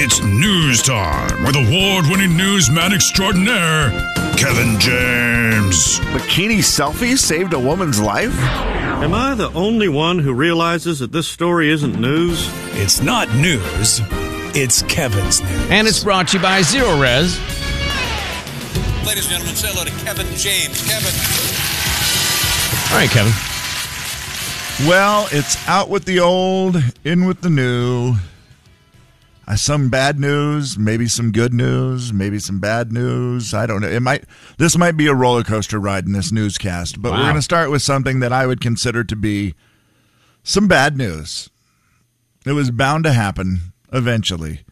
It's news time with award winning newsman extraordinaire, Kevin James. Bikini selfie saved a woman's life? Am I the only one who realizes that this story isn't news? It's not news. It's Kevin's news. And it's brought to you by Zero Res. Ladies and gentlemen, say hello to Kevin James. Kevin. All right, Kevin. Well, it's out with the old, in with the new. Uh, some bad news, maybe some good news, maybe some bad news. I don't know. It might this might be a roller coaster ride in this newscast, but we're Wow. going to start with something that I would consider to be some bad news. It was bound to happen eventually.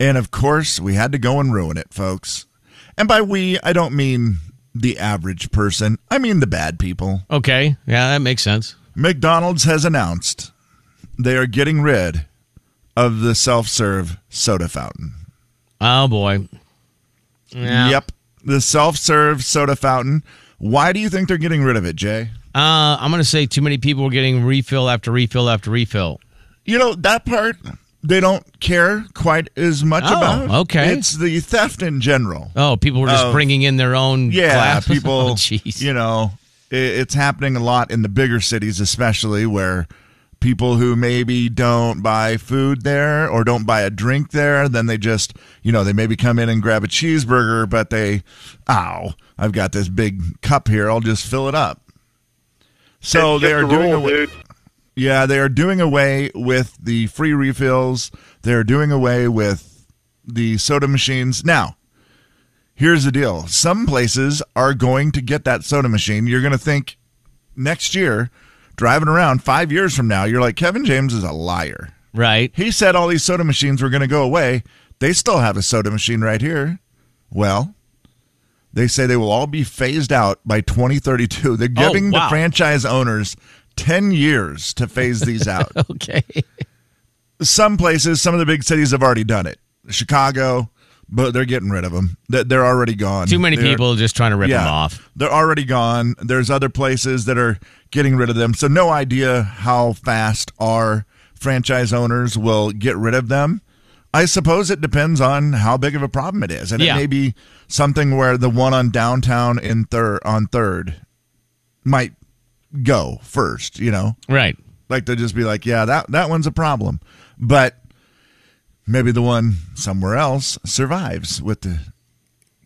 And of course, we had to go and ruin it, folks. And by we, I don't mean the average person. I mean the bad people. Okay. Yeah, that makes sense. McDonald's has announced they are getting rid of the self serve soda fountain. Oh, boy. Uh, Yeah. Yep. The self serve soda fountain. Why do you think they're getting rid of it, Jay? Uh, I'm going to say too many people were getting refill after refill after refill. You know, that part they don't care quite as much Oh, about. okay. It's the theft in general. Oh, people were just Oh. bringing in their own Yeah, glass. people, oh, jeez. you know, i- it's happening a lot in the bigger cities, especially where people who maybe don't buy food there or don't buy a drink there, then they just, you know, they maybe come in and grab a cheeseburger, but they, ow, I've got this big cup here. I'll just fill it up. So It's they just are a doing rule, away. dude. Yeah, they are doing away with the free refills. They're doing away with the soda machines. Now, here's the deal some places are going to get that soda machine. You're going to think next year, driving around five years from now, you're like, Kevin James is a liar. Right. He said all these soda machines were going to go away. They still have a soda machine right here. Well, they say they will all be phased out by 2032. They're giving Oh, wow. the franchise owners 10 years to phase these out. Okay. some places, some of the big cities have already done it. Chicago, but they're getting rid of them. They're they're already gone. Too many They're- people just trying to rip them off. they're already gone. There's other places that are getting rid of them. So no idea how fast our franchise owners will get rid of them. I suppose it depends on how big of a problem it is. And Yeah. it may be something where the one on downtown in third on third might go first, you know? Right. Like they'll just be like, yeah, that, that one's a problem. But maybe the one somewhere else survives with the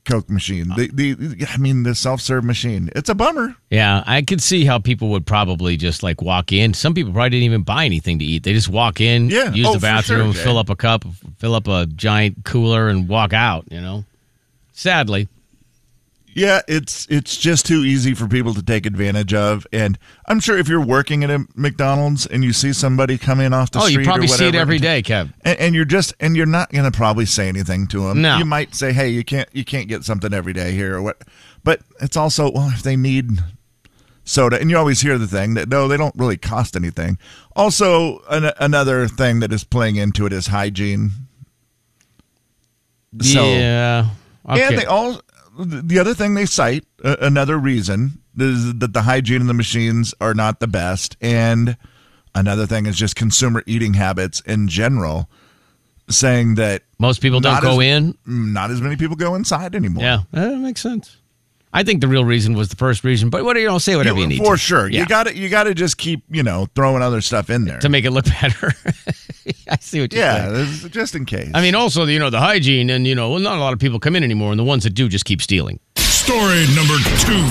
Coke machine. The, the I mean the self serve machine. It's a bummer. Yeah, I could see how people would probably just like walk in. Some people probably didn't even buy anything to eat. They just walk in, Yeah. use Oh, the for sure, bathroom, Jay. fill up a cup, fill up a giant cooler, and walk out, you know? Sadly. Yeah, it's it's just too easy for people to take advantage of. And I'm sure if you're working at a McDonald's and you see somebody come in off the Oh, street, you probably or see it whatever, every day, Kev. and, and you're just and you're not going to probably say anything to them. No. you might say, "Hey, you can't you can't get something every day here," or what. But it's also well, if they need soda, and you always hear the thing that no, they don't really cost anything. Also, an, another thing that is playing into it is hygiene. So- yeah. Okay. And they all the other thing they cite uh, another reason is that the hygiene of the machines are not the best, and another thing is just consumer eating habits in general, saying that Most people don't not go as- mm, in. not as many people go inside anymore. Yeah, that makes sense. I think the real reason was the first reason, but what do you don't say whatever you, need for to. sure. Yeah. You got to You got to just keep you know throwing other stuff in there. to make it look better. I see what you're yeah, saying. this is just in case. I mean, also, you know, the hygiene and, you know, well, not a lot of people come in anymore, and the ones that do just keep stealing. Story number two.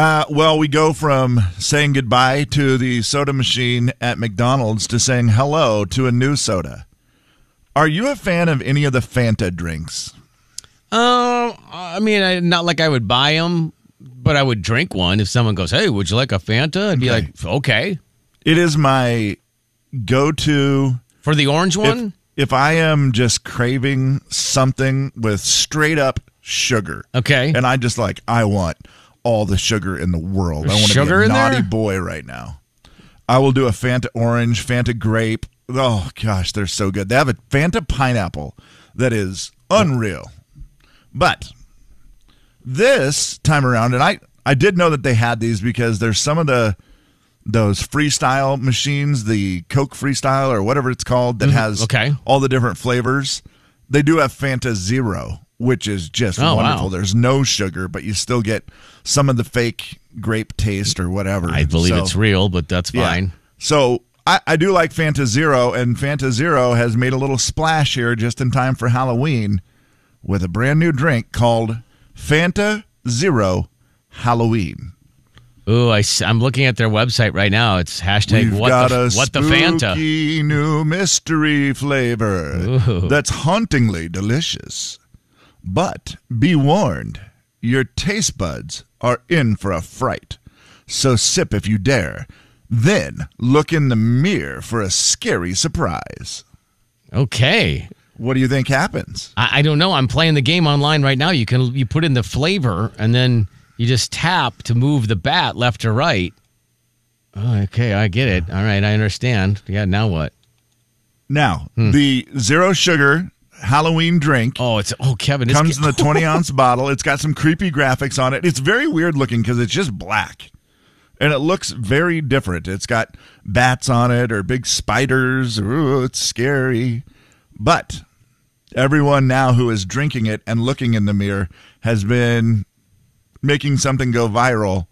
Uh, well, we go from saying goodbye to the soda machine at McDonald's to saying hello to a new soda. Are you a fan of any of the Fanta drinks? Um, I mean, I, not like I would buy them, but I would drink one if someone goes, "Hey, would you like a Fanta?" I'd be Okay. like, "Okay." It is my go to. For the orange If, one, if I am just craving something with straight up sugar. okay. And I just like, I want all the sugar in the world. I There's want to sugar be a in naughty there? boy right now. I will do a Fanta orange, Fanta grape. Oh gosh, they're so good. They have a Fanta pineapple that is unreal. But this time around, and I I did know that they had these because there's some of the those freestyle machines, the Coke freestyle or whatever it's called that has Mm-hmm. okay. all the different flavors. They do have Fanta Zero, which is just Oh, wow. wonderful. There's no sugar, but you still get some of the fake grape taste or whatever. I believe So- it's real, but that's yeah. fine. So I, I do like Fanta Zero, and Fanta Zero has made a little splash here just in time for Halloween with a brand new drink called Fanta Zero Halloween. Ooh, I, am looking at their website right now. It's hashtag We've what got the, a what the spooky Fanta. new mystery flavor that's hauntingly delicious. But be warned, your taste buds are in for a fright. So sip if you dare. Then look in the mirror for a scary surprise. Okay. What do you think happens? I, I don't know. I'm playing the game online right now. You can you put in the flavor and then you just tap to move the bat left or right. Oh, okay, I get it. All right, I understand. Yeah, now what? Now, Hmm. the zero sugar Halloween drink Oh, it's oh Kevin. It's, comes in the 20 ounce bottle. It's got some creepy graphics on it. It's very weird looking because it's just black. And it looks very different. It's got bats on it or big spiders. Ooh, it's scary. But everyone now who is drinking it and looking in the mirror has been making something go viral.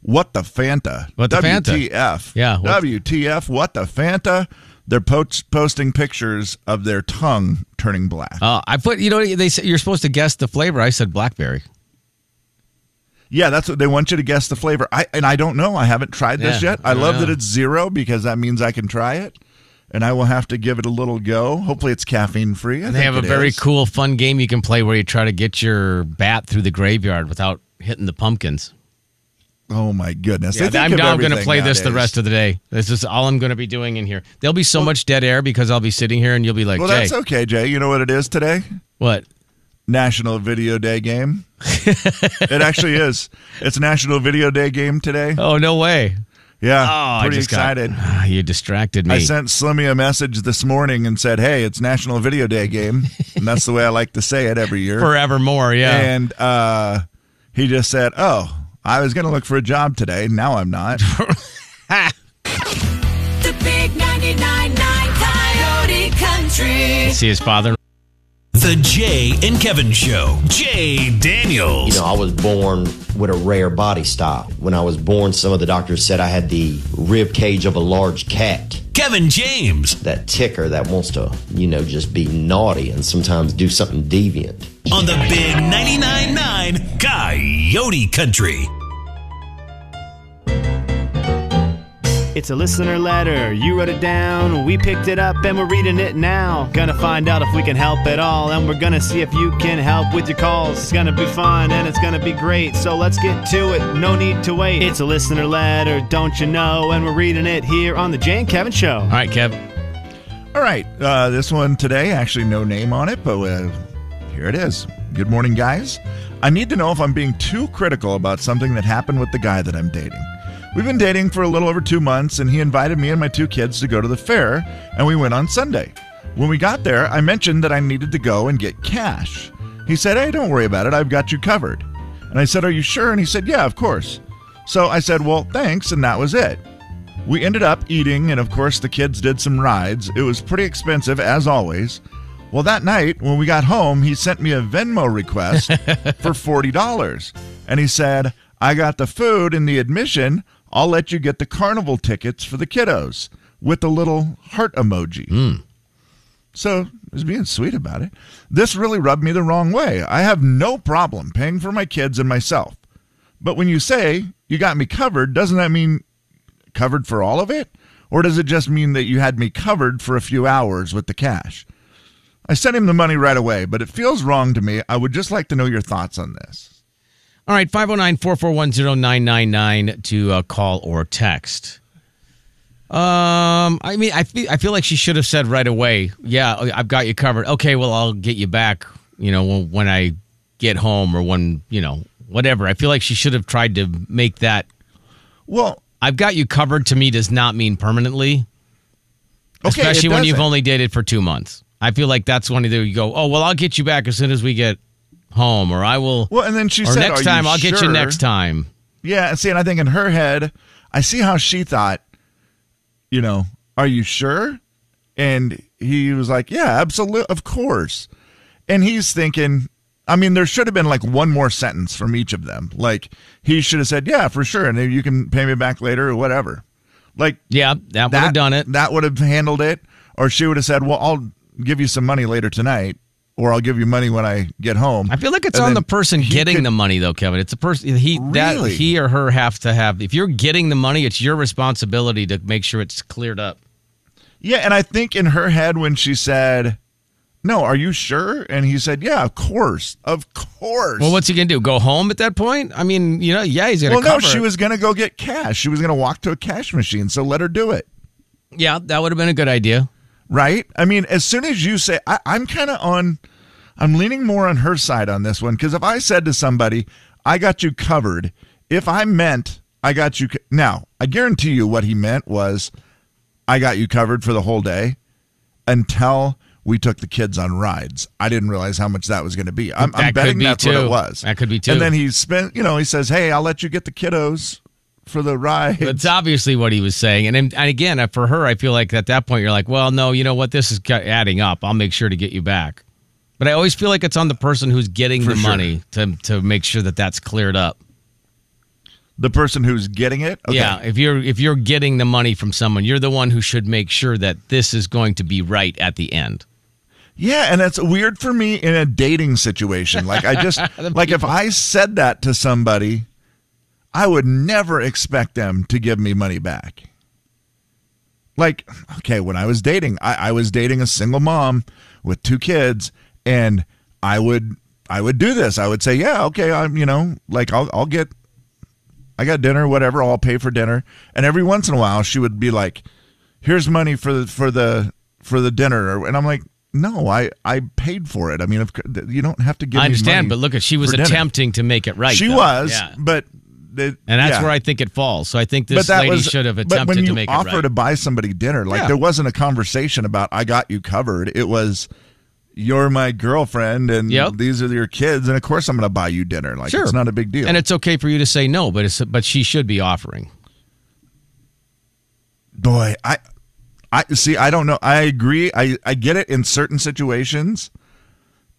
What the Fanta? What the Fanta? WTF. Yeah, what- WTF. What the Fanta? They're post- posting pictures of their tongue turning black. Oh, I put you know they said you're supposed to guess the flavor. I said blackberry. Yeah, that's what they want you to guess the flavor. I and I don't know. I haven't tried this Yeah, yet. I I love know. that it's zero because that means I can try it, and I will have to give it a little go. Hopefully, it's caffeine free. And they have a very cool, fun game you can play where you try to get your bat through the graveyard without hitting the pumpkins. Oh my goodness! Yeah, They think I'm of now going to everything play this the nowadays. rest of the day. This is all I'm going to be doing in here. There'll be so much dead air because I'll be sitting here and you'll be like, Well, Jay, that's okay, Jay. You know what it is today? what? National Video Day game. it actually is. It's National Video Day game today. Oh, no way. Yeah, Oh, pretty I just got- excited. Ah, you distracted me. I sent Slimmy a message this morning and said, "Hey, it's National Video Day game," and that's the way I like to say it every year. Forevermore, yeah. and uh, he just said, "Oh, I was going to look for a job today. Now I'm not." The big 99.9 Coyote Country. See his father. The Jay and Kevin Show. Jay Daniels. You know, I was born with a rare body style. When I was born, some of the doctors said I had the rib cage of a large cat. Kevin James That ticker that wants to, you know, just be naughty and sometimes do something deviant. on the Big 99.9 9 Coyote Country. It's a listener letter. You wrote it down. We picked it up and we're reading it now. Gonna find out if we can help at all. And we're gonna see if you can help with your calls. It's gonna be fun and it's gonna be great. So let's get to it. No need to wait. It's a listener letter, don't you know? And we're reading it here on The Jay and Kevin Show. All right, Kev. All right, uh, this one today actually no name on it, but uh, here it is. Good morning, guys. I need to know if I'm being too critical about something that happened with the guy that I'm dating. We've been dating for a little over two months, and he invited me and my two kids to go to the fair, and we went on Sunday. When we got there, I mentioned that I needed to go and get cash. He said, Hey, don't worry about it, I've got you covered. And I said, Are you sure? And he said, Yeah, of course. So I said, Well, thanks, and that was it. We ended up eating, and of course, the kids did some rides. It was pretty expensive, as always. Well, that night, when we got home, he sent me a Venmo request for $40. And he said, I got the food and the admission. I'll let you get the carnival tickets for the kiddos with a little heart emoji. So he was being sweet about it. This really rubbed me the wrong way. I have no problem paying for my kids and myself. But when you say you got me covered, doesn't that mean covered for all of it? Or does it just mean that you had me covered for a few hours with the cash? I sent him the money right away, but it feels wrong to me. I would just like to know your thoughts on this. All right, 509 441 999 to uh, call or text. Um, I mean, I feel, I feel like she should have said right away, yeah, oh, I've got you covered. Okay, well, I'll get you back, you know, when, when I get home or when, you know, whatever. I feel like she should have tried to make that Well, I've got you covered to me does not mean permanently, okay, it especially when you've doesn't. only dated for two months. I feel like that's when either you go, oh, well, I'll get you back as soon as we get home, or I will, Well, and then she or said, next "Are time, you I'll get you sure?" next time. Yeah, and see, and I think in her head, I see how she thought, you know, are you sure? And he was like, yeah, absolutely, of course. And he's thinking, I mean, there should have been like one more sentence from each of them. Like he should have said, yeah, for sure. And then you can pay me back later or whatever. Like Yeah, that would have done it. that would have handled it. Or she would have said, well, I'll give you some money later tonight. Or I'll give you money when I get home. I feel like it's And on then the person he getting could- the money, though, Kevin. It's the person he that Really? he or her have to have. If you're getting the money, it's your responsibility to make sure it's cleared up. Yeah, and I think in her head when she said, "No, are you sure?" and he said, "Yeah, of course, of course." Well, what's he gonna do? Go home at that point? I mean, you know, yeah, he's gonna. Well, no, cover she it. was gonna go get cash. She was gonna walk to a cash machine. So let her do it, Yeah, that would have been a good idea. right? I mean, as soon as you say, I, I'm kind of on, I'm leaning more on her side on this one because if I said to somebody, "I got you covered," if I meant I got you, co- now I guarantee you what he meant was, I got you covered for the whole day until we took the kids on rides. I didn't realize how much that was going to be. I'm, That I'm could betting be that's what too. it was. That could be too. And then he spent, you know, he says, "Hey, I'll let you get the kiddos for the ride." That's obviously what he was saying. And, and again, uh, for her, I feel like at that point you're like, well, no, you know what? This is ca- adding up. I'll make sure to get you back. But I always feel like it's on the person who's getting the sure. money to to make sure that that's cleared up. the person who's getting it. Okay. Yeah, if you're if you're getting the money from someone, you're the one who should make sure that this is going to be right at the end. Yeah, and that's weird for me in a dating situation. Like I just like if I said that to somebody, I would never expect them to give me money back. Like, okay, when I was dating, I, I was dating a single mom with two kids, and I would I would do this. I would say, Yeah, okay, I'm you know, like I'll I'll get I got dinner, whatever, I'll pay for dinner. And every once in a while she would be like, here's money for the for the for the dinner or- and i'm like no i i paid for it i mean of, cou- you don't have to give I me understand, money but look, at she was for dinner. attempting to make it right. she though. was Yeah. but the- and that's yeah. where I think it falls. So I think but this that lady was should have but when attempted you to make it offer right. to buy somebody dinner like Yeah. there wasn't a conversation about i got you covered it was you're my girlfriend and Yep. these are your kids and of course i'm gonna buy you dinner like Sure. it's not a big deal and it's okay for you to say no, but it's but she should be offering. boy i i see i don't know i agree i i get it in certain situations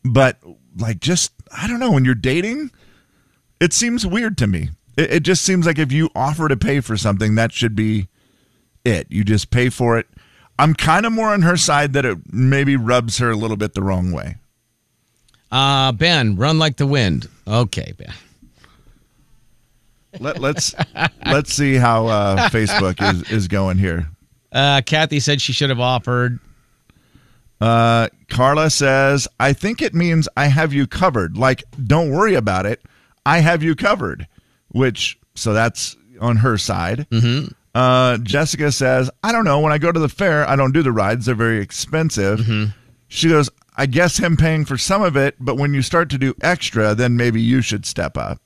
but like just i don't know when you're dating it seems weird to me it, it just seems like if you offer to pay for something that should be it you just pay for it i'm kind of more on her side that it maybe rubs her a little bit the wrong way Uh, ben, run like the wind. Okay, Ben. Let, let's let's see how uh, facebook is is going here Uh, Kathy said she should have offered. Carla says, I think it means I have you covered. Like, don't worry about it. I have you covered. Which, so that's on her side. Mm-hmm. Uh, Jessica says, I don't know. When I go to the fair, I don't do the rides, they're very expensive. Mm-hmm. She goes, I guess him paying for some of it, but when you start to do extra, then maybe you should step up.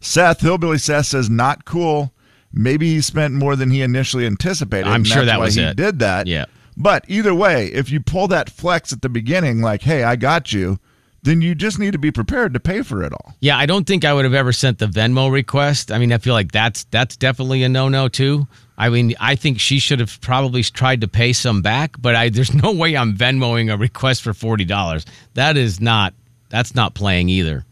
Seth, Hillbilly Seth says, not cool. Maybe he spent more than he initially anticipated. I'm and sure that's that why was he it. did that. Yeah. But either way, if you pull that flex at the beginning, like, hey, I got you, then you just need to be prepared to pay for it all. Yeah, I don't think I would have ever sent the Venmo request. I mean, I feel like that's that's definitely a no no too. I mean, I think she should have probably tried to pay some back, but I there's no way I'm Venmoing a request for forty dollars. That is not that's not playing either.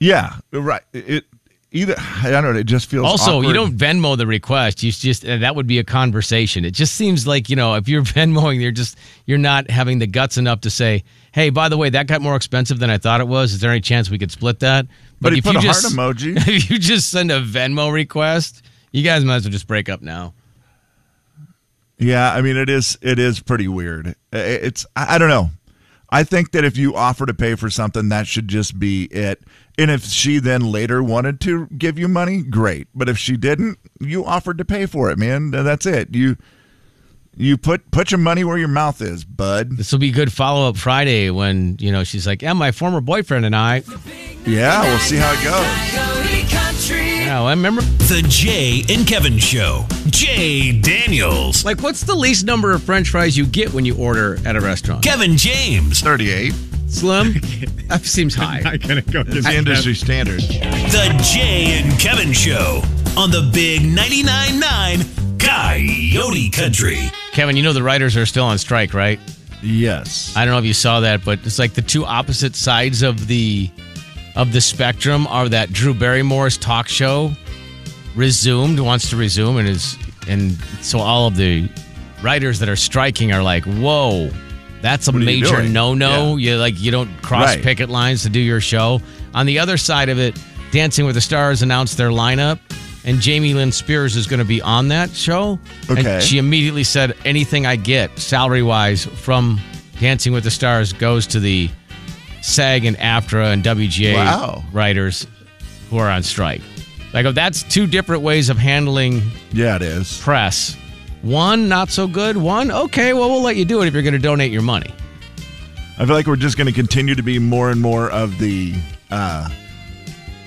Yeah. Right. It either I don't know, it just feels Also, you awkward. don't Venmo the request. You just uh, that would be a conversation. It just seems like you know if you're Venmoing, you're just you're not having the guts enough to say, "Hey, by the way, that got more expensive than I thought it was. Is there any chance we could split that?" But he put a heart emoji. if you just send a Venmo request, you guys might as well just break up now. Yeah, I mean it is it is pretty weird. I- It's I I don't know. I think that if you offer to pay for something, that should just be it. And if she then later wanted to give you money, great. But if she didn't, you offered to pay for it, man. That's it. You you put put your money where your mouth is, bud. This will be good follow up Friday when you know she's like, "Yeah, my former boyfriend and I." Yeah, Oh, we'll see how it goes. Coyote Country. Yeah, well, I remember. The Jay and Kevin Show. Jay Daniels. Like, what's the least number of French fries you get when you order at a restaurant? Kevin James. 38. Slim? That seems high. Not gonna go to It's the industry standard. The Jay and Kevin Show on the Big 99.9 9 Coyote Country. Kevin, you know the writers are still on strike, right? Yes. I don't know if you saw that, but it's like the two opposite sides of the of the spectrum are that Drew Barrymore's talk show resumed wants to resume and is and so all of the writers that are striking are like, "Whoa, that's a are you major doing?" no-no. You like you don't cross Right. picket lines to do your show." On the other side of it, Dancing with the Stars announced their lineup and Jamie Lynn Spears is going to be on that show. And Okay. she immediately said anything I get salary wise from Dancing with the Stars goes to the SAG and AFTRA and WGA Wow. writers who are on strike. I go, that's two different ways of handling yeah, it is. press. One, not so good. One, okay, well, we'll let you do it if you're going to donate your money. I feel like we're just going to continue to be more and more of the uh,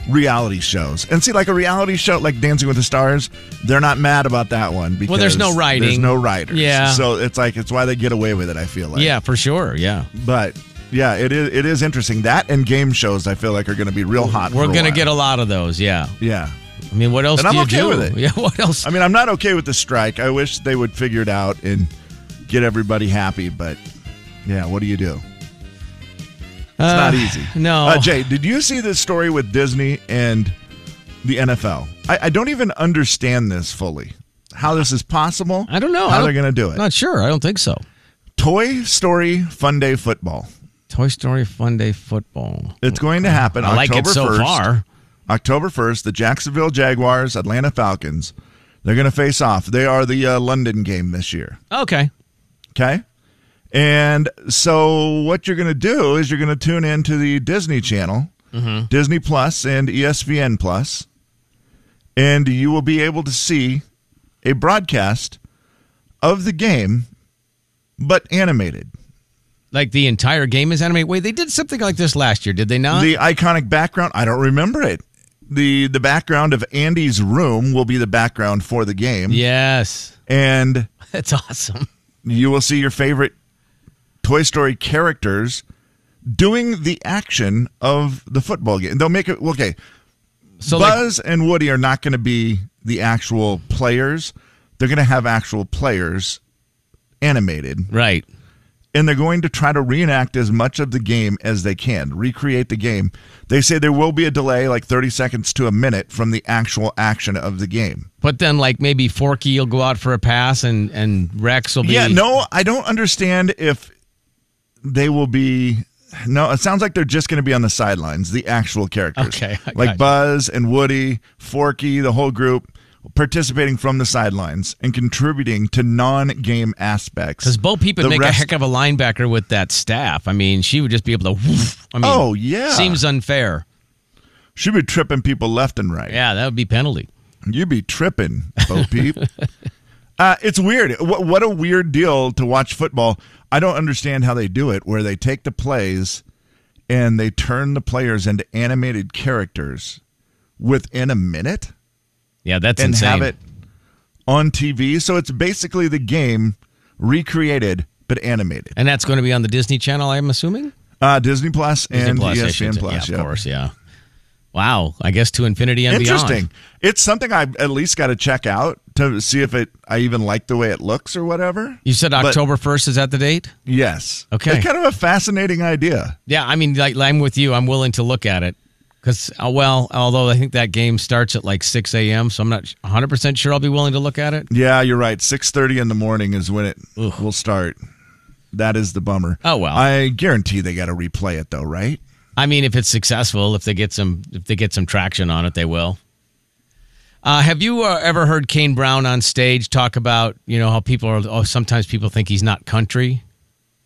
reality shows. And see, like a reality show like Dancing with the Stars, they're not mad about that one because Well, there's no writing. There's no writers. Yeah. So it's like it's why they get away with it. I feel like. yeah, for sure. Yeah. But yeah, it is. It is interesting that and game shows. I feel like are going to be real hot. We're going to get a lot of those. Yeah. Yeah. I mean, what else And do I'm you okay do? with it. Yeah, what else? I mean, I'm not okay with the strike. I wish they would figure it out and get everybody happy. But yeah, what do you do? It's not easy. no. Uh, Jay, did you see this story with Disney and the NFL? I, I don't even understand this fully. How this is possible? I don't know. I How don't- they're going to do it? Not sure. I don't think so. Toy Story Fun Day Football. Toy Story Fun Day Football. It's going to happen. I like it October so 1st. far. October 1st, the Jacksonville Jaguars, Atlanta Falcons. They're going to face off. They are the uh, London game this year. Okay. Okay. And so what you're going to do is you're going to tune in to the Disney Channel, Disney Plus, and E ESPN Plus, and you will be able to see a broadcast of the game, but animated. Like the entire game is animated. Wait, they did something like this last year, did they not? the iconic background, I don't remember it. The the background of Andy's room will be the background for the game. yes. And That's awesome. you will see your favorite Toy Story characters doing the action of the football game. They'll make it okay. So like, Buzz and Woody are not going to be the actual players. They're going to have actual players animated, right. and they're going to try to reenact as much of the game as they can, recreate the game. They say there will be a delay, like 30 seconds to a minute, from the actual action of the game. But then like maybe Forky will go out for a pass and and Rex will be Yeah, no, I don't understand if they will be. No, it sounds like they're just going to be on the sidelines, the actual characters. Okay, I Like got you. Buzz and Woody, Forky, the whole group participating from the sidelines and contributing to non game aspects. Because Bo Peep would The make a rest- heck of a linebacker with that staff. I mean, she would just be able to. Woof, I mean, Oh, yeah. Seems unfair. She'd be tripping people left and right. Yeah, that would be penalty. You'd be tripping, Bo Peep. uh, it's weird. What, what a weird deal to watch football. I don't understand how they do it, where they take the plays and they turn the players into animated characters within a minute Yeah, that's and insane. have it on TV. So it's basically the game recreated but animated. And that's going to be on the Disney Channel, I'm assuming. Uh, Disney Plus Disney and E Plus, I should ESPN say. Plus. yeah, of course, yeah. Wow, I guess to infinity and Interesting. beyond. It's something I at least got to check out to see if it I even like the way it looks or whatever. You said But- October first is that the date? Yes. Okay. It's kind of a fascinating idea. Yeah, I mean, like I'm with you. I'm willing to look at it because, uh, well, although I think that game starts at like 6 a.m., so I'm not 100 percent sure I'll be willing to look at it. Yeah, you're right. Six thirty in the morning is when it will start. That is the bummer. Oh, well. I guarantee they got to replay it though, right? I mean, if it's successful, if they get some, if they get some traction on it, they will. Uh, have you uh, ever heard Kane Brown on stage talk about you know how people are? Oh, sometimes people think he's not country.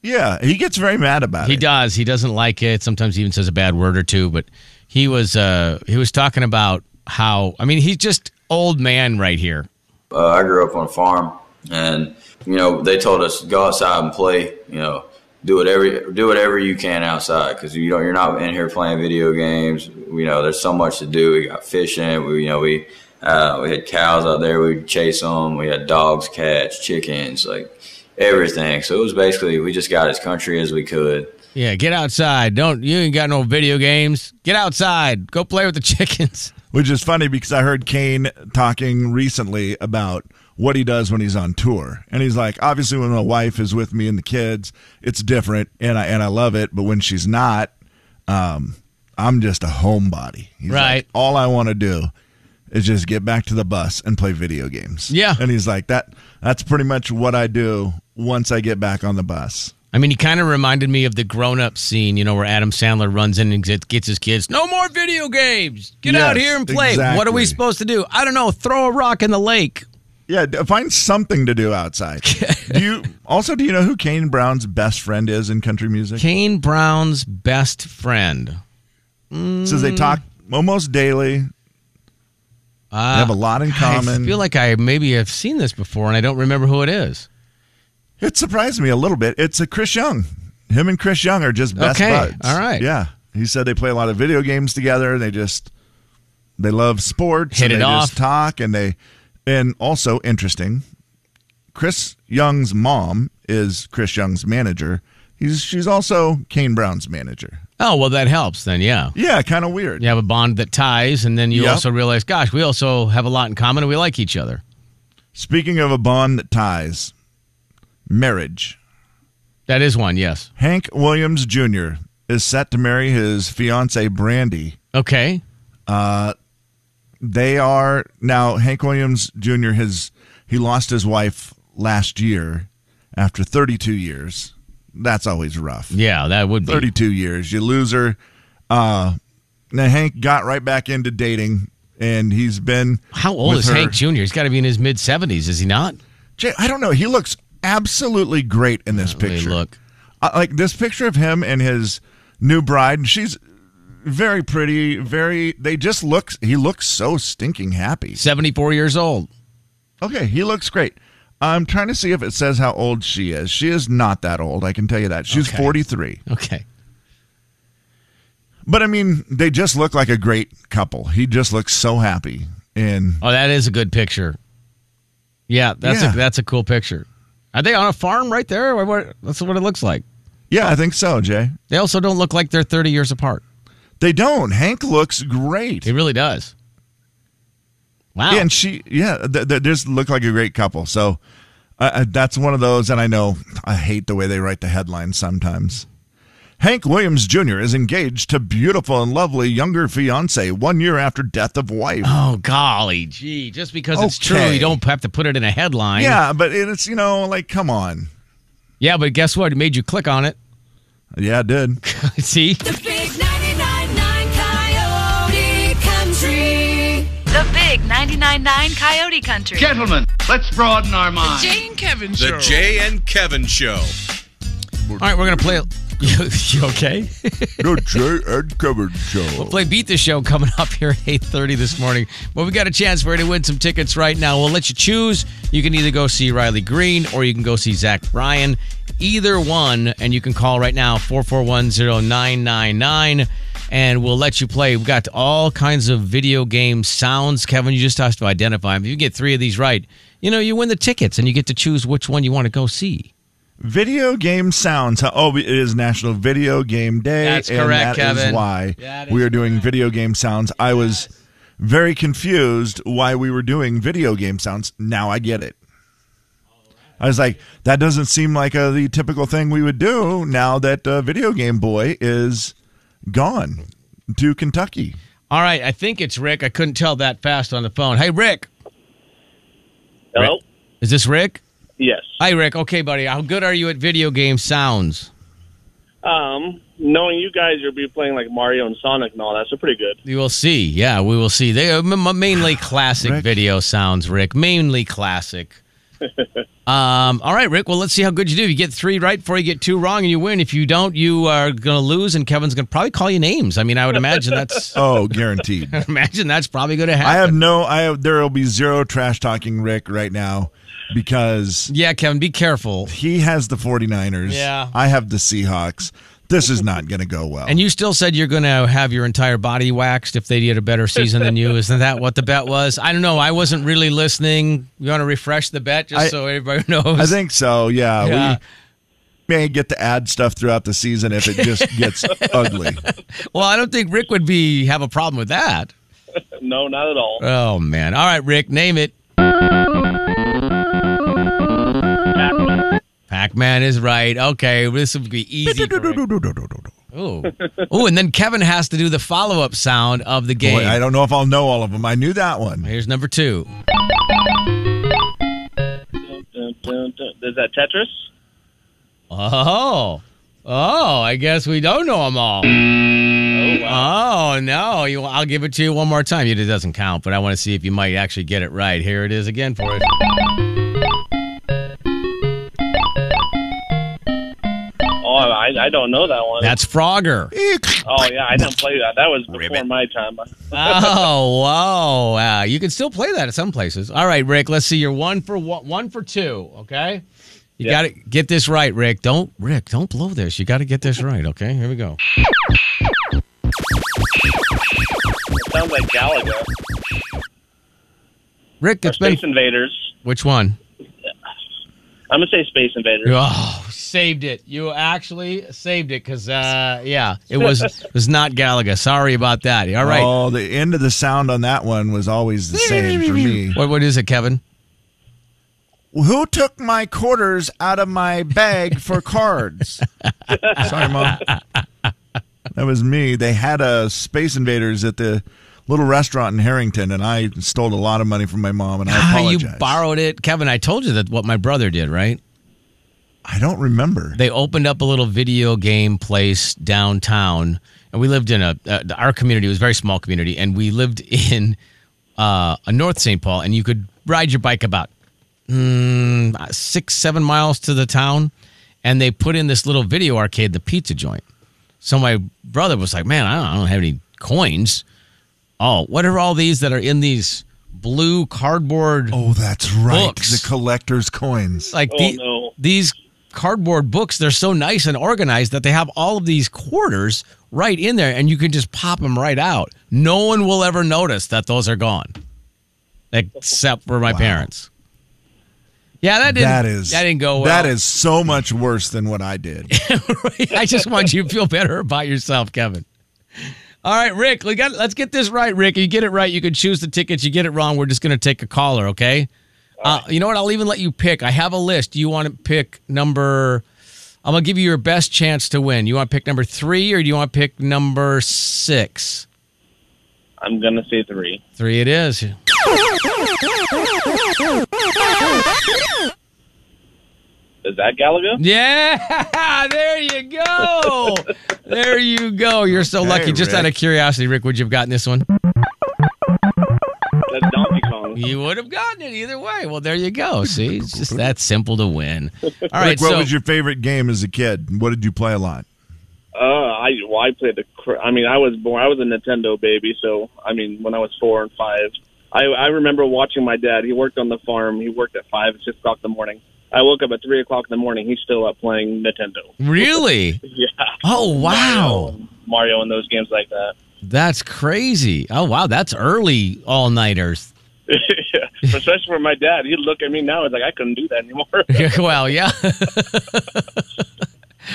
Yeah, he gets very mad about He it. does. He doesn't like it. Sometimes he even says a bad word or two. But he was uh, he was talking about how I mean he's just old man right here. Uh, I grew up on a farm, and you know they told us go outside and play. You know, do whatever do whatever you can outside because you don't you're not in here playing video games. You know, there's so much to do. We got fishing. We you know we uh, we had cows out there. We chase them. We had dogs, cats, chickens, like everything. So it was basically we just got as country as we could. Yeah, get outside. Don't you ain't got no video games. Get outside. Go play with the chickens. Which is funny because I heard Kane talking recently about what he does when he's on tour. And he's like, obviously when my wife is with me and the kids, it's different and I and I love it, but when she's not, um, I'm just a homebody. He's Right. like, all I want to do is just get back to the bus and play video games. Yeah. And he's like, that that's pretty much what I do once I get back on the bus. I mean, he kind of reminded me of the grown-up scene, you know, where Adam Sandler runs in and gets gets his kids. No more video games. Get out Yes, here and play. What are exactly. we supposed to do? I don't know. Throw a rock in the lake. Yeah, d- find something to do outside. do you also do you know who Kane Brown's best friend is in country music? Kane Brown's best friend. Says Mm. they talk almost daily. they have a lot in common. Ah, I feel like I maybe have seen this before, and I don't remember who it is. it surprised me a little bit. It's a Chris Young. Him and Chris Young are just best Okay, buds. all right. Yeah. He said they play a lot of video games together. They just they love sports. Hit and it they off. Just talk and they and also interesting. Chris Young's mom is Chris Young's manager. He's she's also Kane Brown's manager. Oh well, that helps then. Yeah, Yeah, kind of weird. you have a bond that ties, and then you Yep. also realize, gosh, we also have a lot in common, and we like each other. Speaking of a bond that ties, marriage. That is one. Yes. Hank Williams Jr. is set to marry his fiancee Brandy. Okay. They are now Hank Williams Jr. has he lost his wife last year after 32 years. That's always rough. Yeah, that would be. 32 years. You lose her. Uh, now Hank got right back into dating, and he's been How old with is her- Hank Jr.? He's got to be in his mid seventies, is he not? Jay, I don't know. He looks absolutely great in this Let me picture. look. I, like this picture of him and his new bride. and She's very pretty. Very. They just looks. He looks so stinking happy. Seventy four years old. Okay, he looks great. I'm trying to see if it says how old she is. She is not that old. I can tell you that. She's Okay. 43. Okay. But I mean, they just look like a great couple. He just looks so happy. And Oh, that is a good picture. Yeah, that's Yeah. a that's a cool picture. Are they on a farm right there? Or what, that's what it looks like. yeah, I think so, Jay. They also don't look like they're thirty years apart. They don't. Hank looks great. He really does. Wow. Yeah, and she, yeah, th- th- just look like a great couple. So uh, uh, that's one of those. And I know I hate the way they write the headlines sometimes. Hank Williams Jr. is engaged to beautiful and lovely younger fiance one year after death of wife. oh golly, gee! Just because it's true, Okay. you don't have to put it in a headline. yeah, but it's you know like come on. Yeah, but guess what? It made you click on it. Yeah, it did. See. The Big 99.9 Coyote Country. The Big 99.9 Coyote Country. Gentlemen, let's broaden our minds. Jane Kevin The Jay and Kevin Show. All right, we're gonna play. You, you okay? The Jay and Kevin Show. We'll play Beat the Show coming up here at 8.30 this morning. But we got a chance for you to win some tickets right now. We'll let you choose. You can either go see Riley Green or you can go see Zach Bryan. Either one, and you can call right now, 4410999, and we'll let you play. We've got all kinds of video game sounds. Kevin, you just have to identify them. If you get three of these right, you know, you win the tickets and you get to choose which one you want to go see. Video game sounds. Oh, it is National Video Game Day. That's and correct, that is Kevin. why That we are doing video game sounds. I was very confused why we were doing video game sounds. Now I get it. I was like, that doesn't seem like uh the typical thing we would do now that uh, Video Game Boy is gone to Kentucky. All right, I think it's Rick. I couldn't tell that fast on the phone. Hey, Rick. Hello? Is this Rick? Yes. Hi, Rick. Okay, buddy. How good are you at video game sounds? Um, knowing you guys will be playing like Mario and Sonic and all that, so pretty good. You will see. Yeah, we will see. They are m- m- mainly classic video sounds, Rick. Mainly classic. um, all right, Rick. Well, let's see how good you do. You get three right before you get two wrong, and you win. If you don't, you are going to lose, and Kevin's going to probably call you names. I mean, I would imagine that's. Oh, guaranteed. imagine that's probably going to happen. I have no. I have. There will be zero trash talking Rick right now because yeah, Kevin, be careful. He has the 49ers. Yeah. I have the Seahawks. This is not going to go well. And you still said you're going to have your entire body waxed if they did a better season than you. Isn't that what the bet was? I don't know. I wasn't really listening. You want to refresh the bet just I- so everybody knows? I think so. Yeah. Yeah. We may get to add stuff throughout the season if it just gets ugly. Well, I don't think Rick would be have a problem with that. no, not at all. Oh man! All right, Rick, name it. Pac-Man is right. Okay, this would be easy. Oh, oh, and then Kevin has to do the follow-up sound of the game. Boy, I don't know if I'll know all of them. I knew that one. Here's number two. Dun, dun, dun. Is that Tetris? Oh, oh, I guess we don't know them all. Oh, no, you, I'll give it to you one more time. It doesn't count, but I want to see if you might actually get it right. Here it is again for us. Oh, I, I don't know that one. That's Frogger. oh yeah, I didn't play that. That was before my time. Oh, wow. Wow. you can still play that at some places. All right, Rick, let's see. You're one for one, one for two, okay? You got to get this right, Rick. Don't, Rick, don't blow this. You got to get this right, okay? Here we go. It sounds like Galaga. Rick, Or it's been. Space Invaders. Which one? I'm gonna say Space Invaders. Oh, saved it. You actually saved it because, uh, yeah, it was it was not Galaga. Sorry about that. All right. Oh, the end of the sound on that one was always the same for me. What, what is it, Kevin? Who took my quarters out of my bag for cards? Sorry, Mom. That was me. They had a Space Invaders at the little restaurant in Harrington, and I stole a lot of money from my mom, and I Ah, you apologize. borrowed it, Kevin. I told you that what my brother did, right? I don't remember. They opened up a little video game place downtown, and we lived in a uh, our community was a very small community, and we lived in uh, a North St. Paul, and you could ride your bike about mm, six, seven miles to the town, and they put in this little video arcade, the pizza joint. So my brother was like, "Man, I don't, I don't have any coins. Oh, what are all these that are in these blue cardboard? Oh, that's right. Books? The collector's coins. like oh, the- these cardboard books they're so nice and organized that they have all of these quarters right in there and you can just pop them right out no one will ever notice that those are gone except for my parents yeah that didn't that is that didn't go well That is so much worse than what I did. i just want you to feel better about yourself kevin all right rick we got let's get this right rick you get it right you can choose the tickets you get it wrong we're just going to take a caller okay uh, you know what i'll even let you pick i have a list Do you want to pick number i'm going to give you your best chance to win you want to pick number three or do you want to pick number six I'm gonna say three. three it is Is that Galaga? yeah there you go there you go you're so Okay, lucky just out of Rick. curiosity rick would you have gotten this one That's Donkey Kong. You would have gotten it either way. Well, there you go. See, it's just that simple to win. All right. Rick, what so, was your favorite game as a kid? What did you play a lot? Uh, I well, I played the. cr- I mean, I was born. I was a Nintendo baby, so I mean, when I was four and five, I I remember watching my dad. He worked on the farm. He worked at five, six o'clock in the morning. I woke up at three o'clock in the morning. He's still up playing Nintendo. really? Yeah, Oh, wow. Mario and those games like that. That's crazy. Oh, wow. That's early all nighters. Especially for my dad, he'd look at me now. It's like I couldn't do that anymore. well, yeah.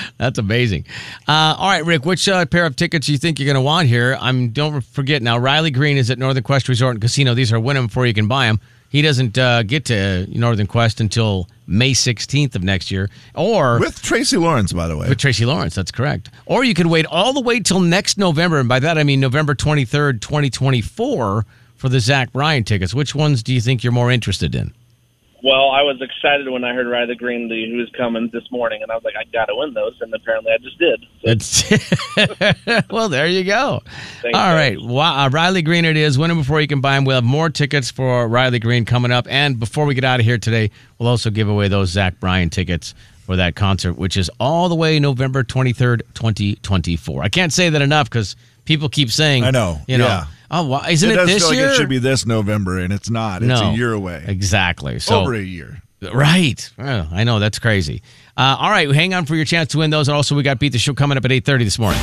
That's amazing. Uh, all right, Rick, which uh, pair of tickets you think you're going to want here? I'm don't forget now. Riley Green is at Northern Quest Resort and Casino. These are win 'em before you can buy them. He doesn't uh, get to Northern Quest until May 16th of next year, or With Tracy Lawrence, by the way. With Tracy Lawrence, that's correct. Or you could wait all the way till next November, and by that I mean November 23rd, 2024, for the Zach Bryan tickets. Which ones do you think you're more interested in? Well, I was excited when I heard Riley Greenlee who was coming this morning, and I was like, I got to win those, and apparently I just did. It's well, there you go. Thanks, All right, wow, uh, Riley Green, it is. Win 'em before you can buy them. We'll have more tickets for Riley Green coming up, and before we get out of here today, we'll also give away those Zach Bryan tickets for that concert, which is all the way November 23rd, 2024. I can't say that enough because people keep saying, I know. you know, yeah. oh, well, isn't it, does this feel like year? it should be this November, and it's not. It's No. a year away. Exactly. So Over a year. Right. Oh, I know that's crazy. Uh, all right, hang on for your chance to win those. And also, we got beat the show coming up at eight thirty this morning.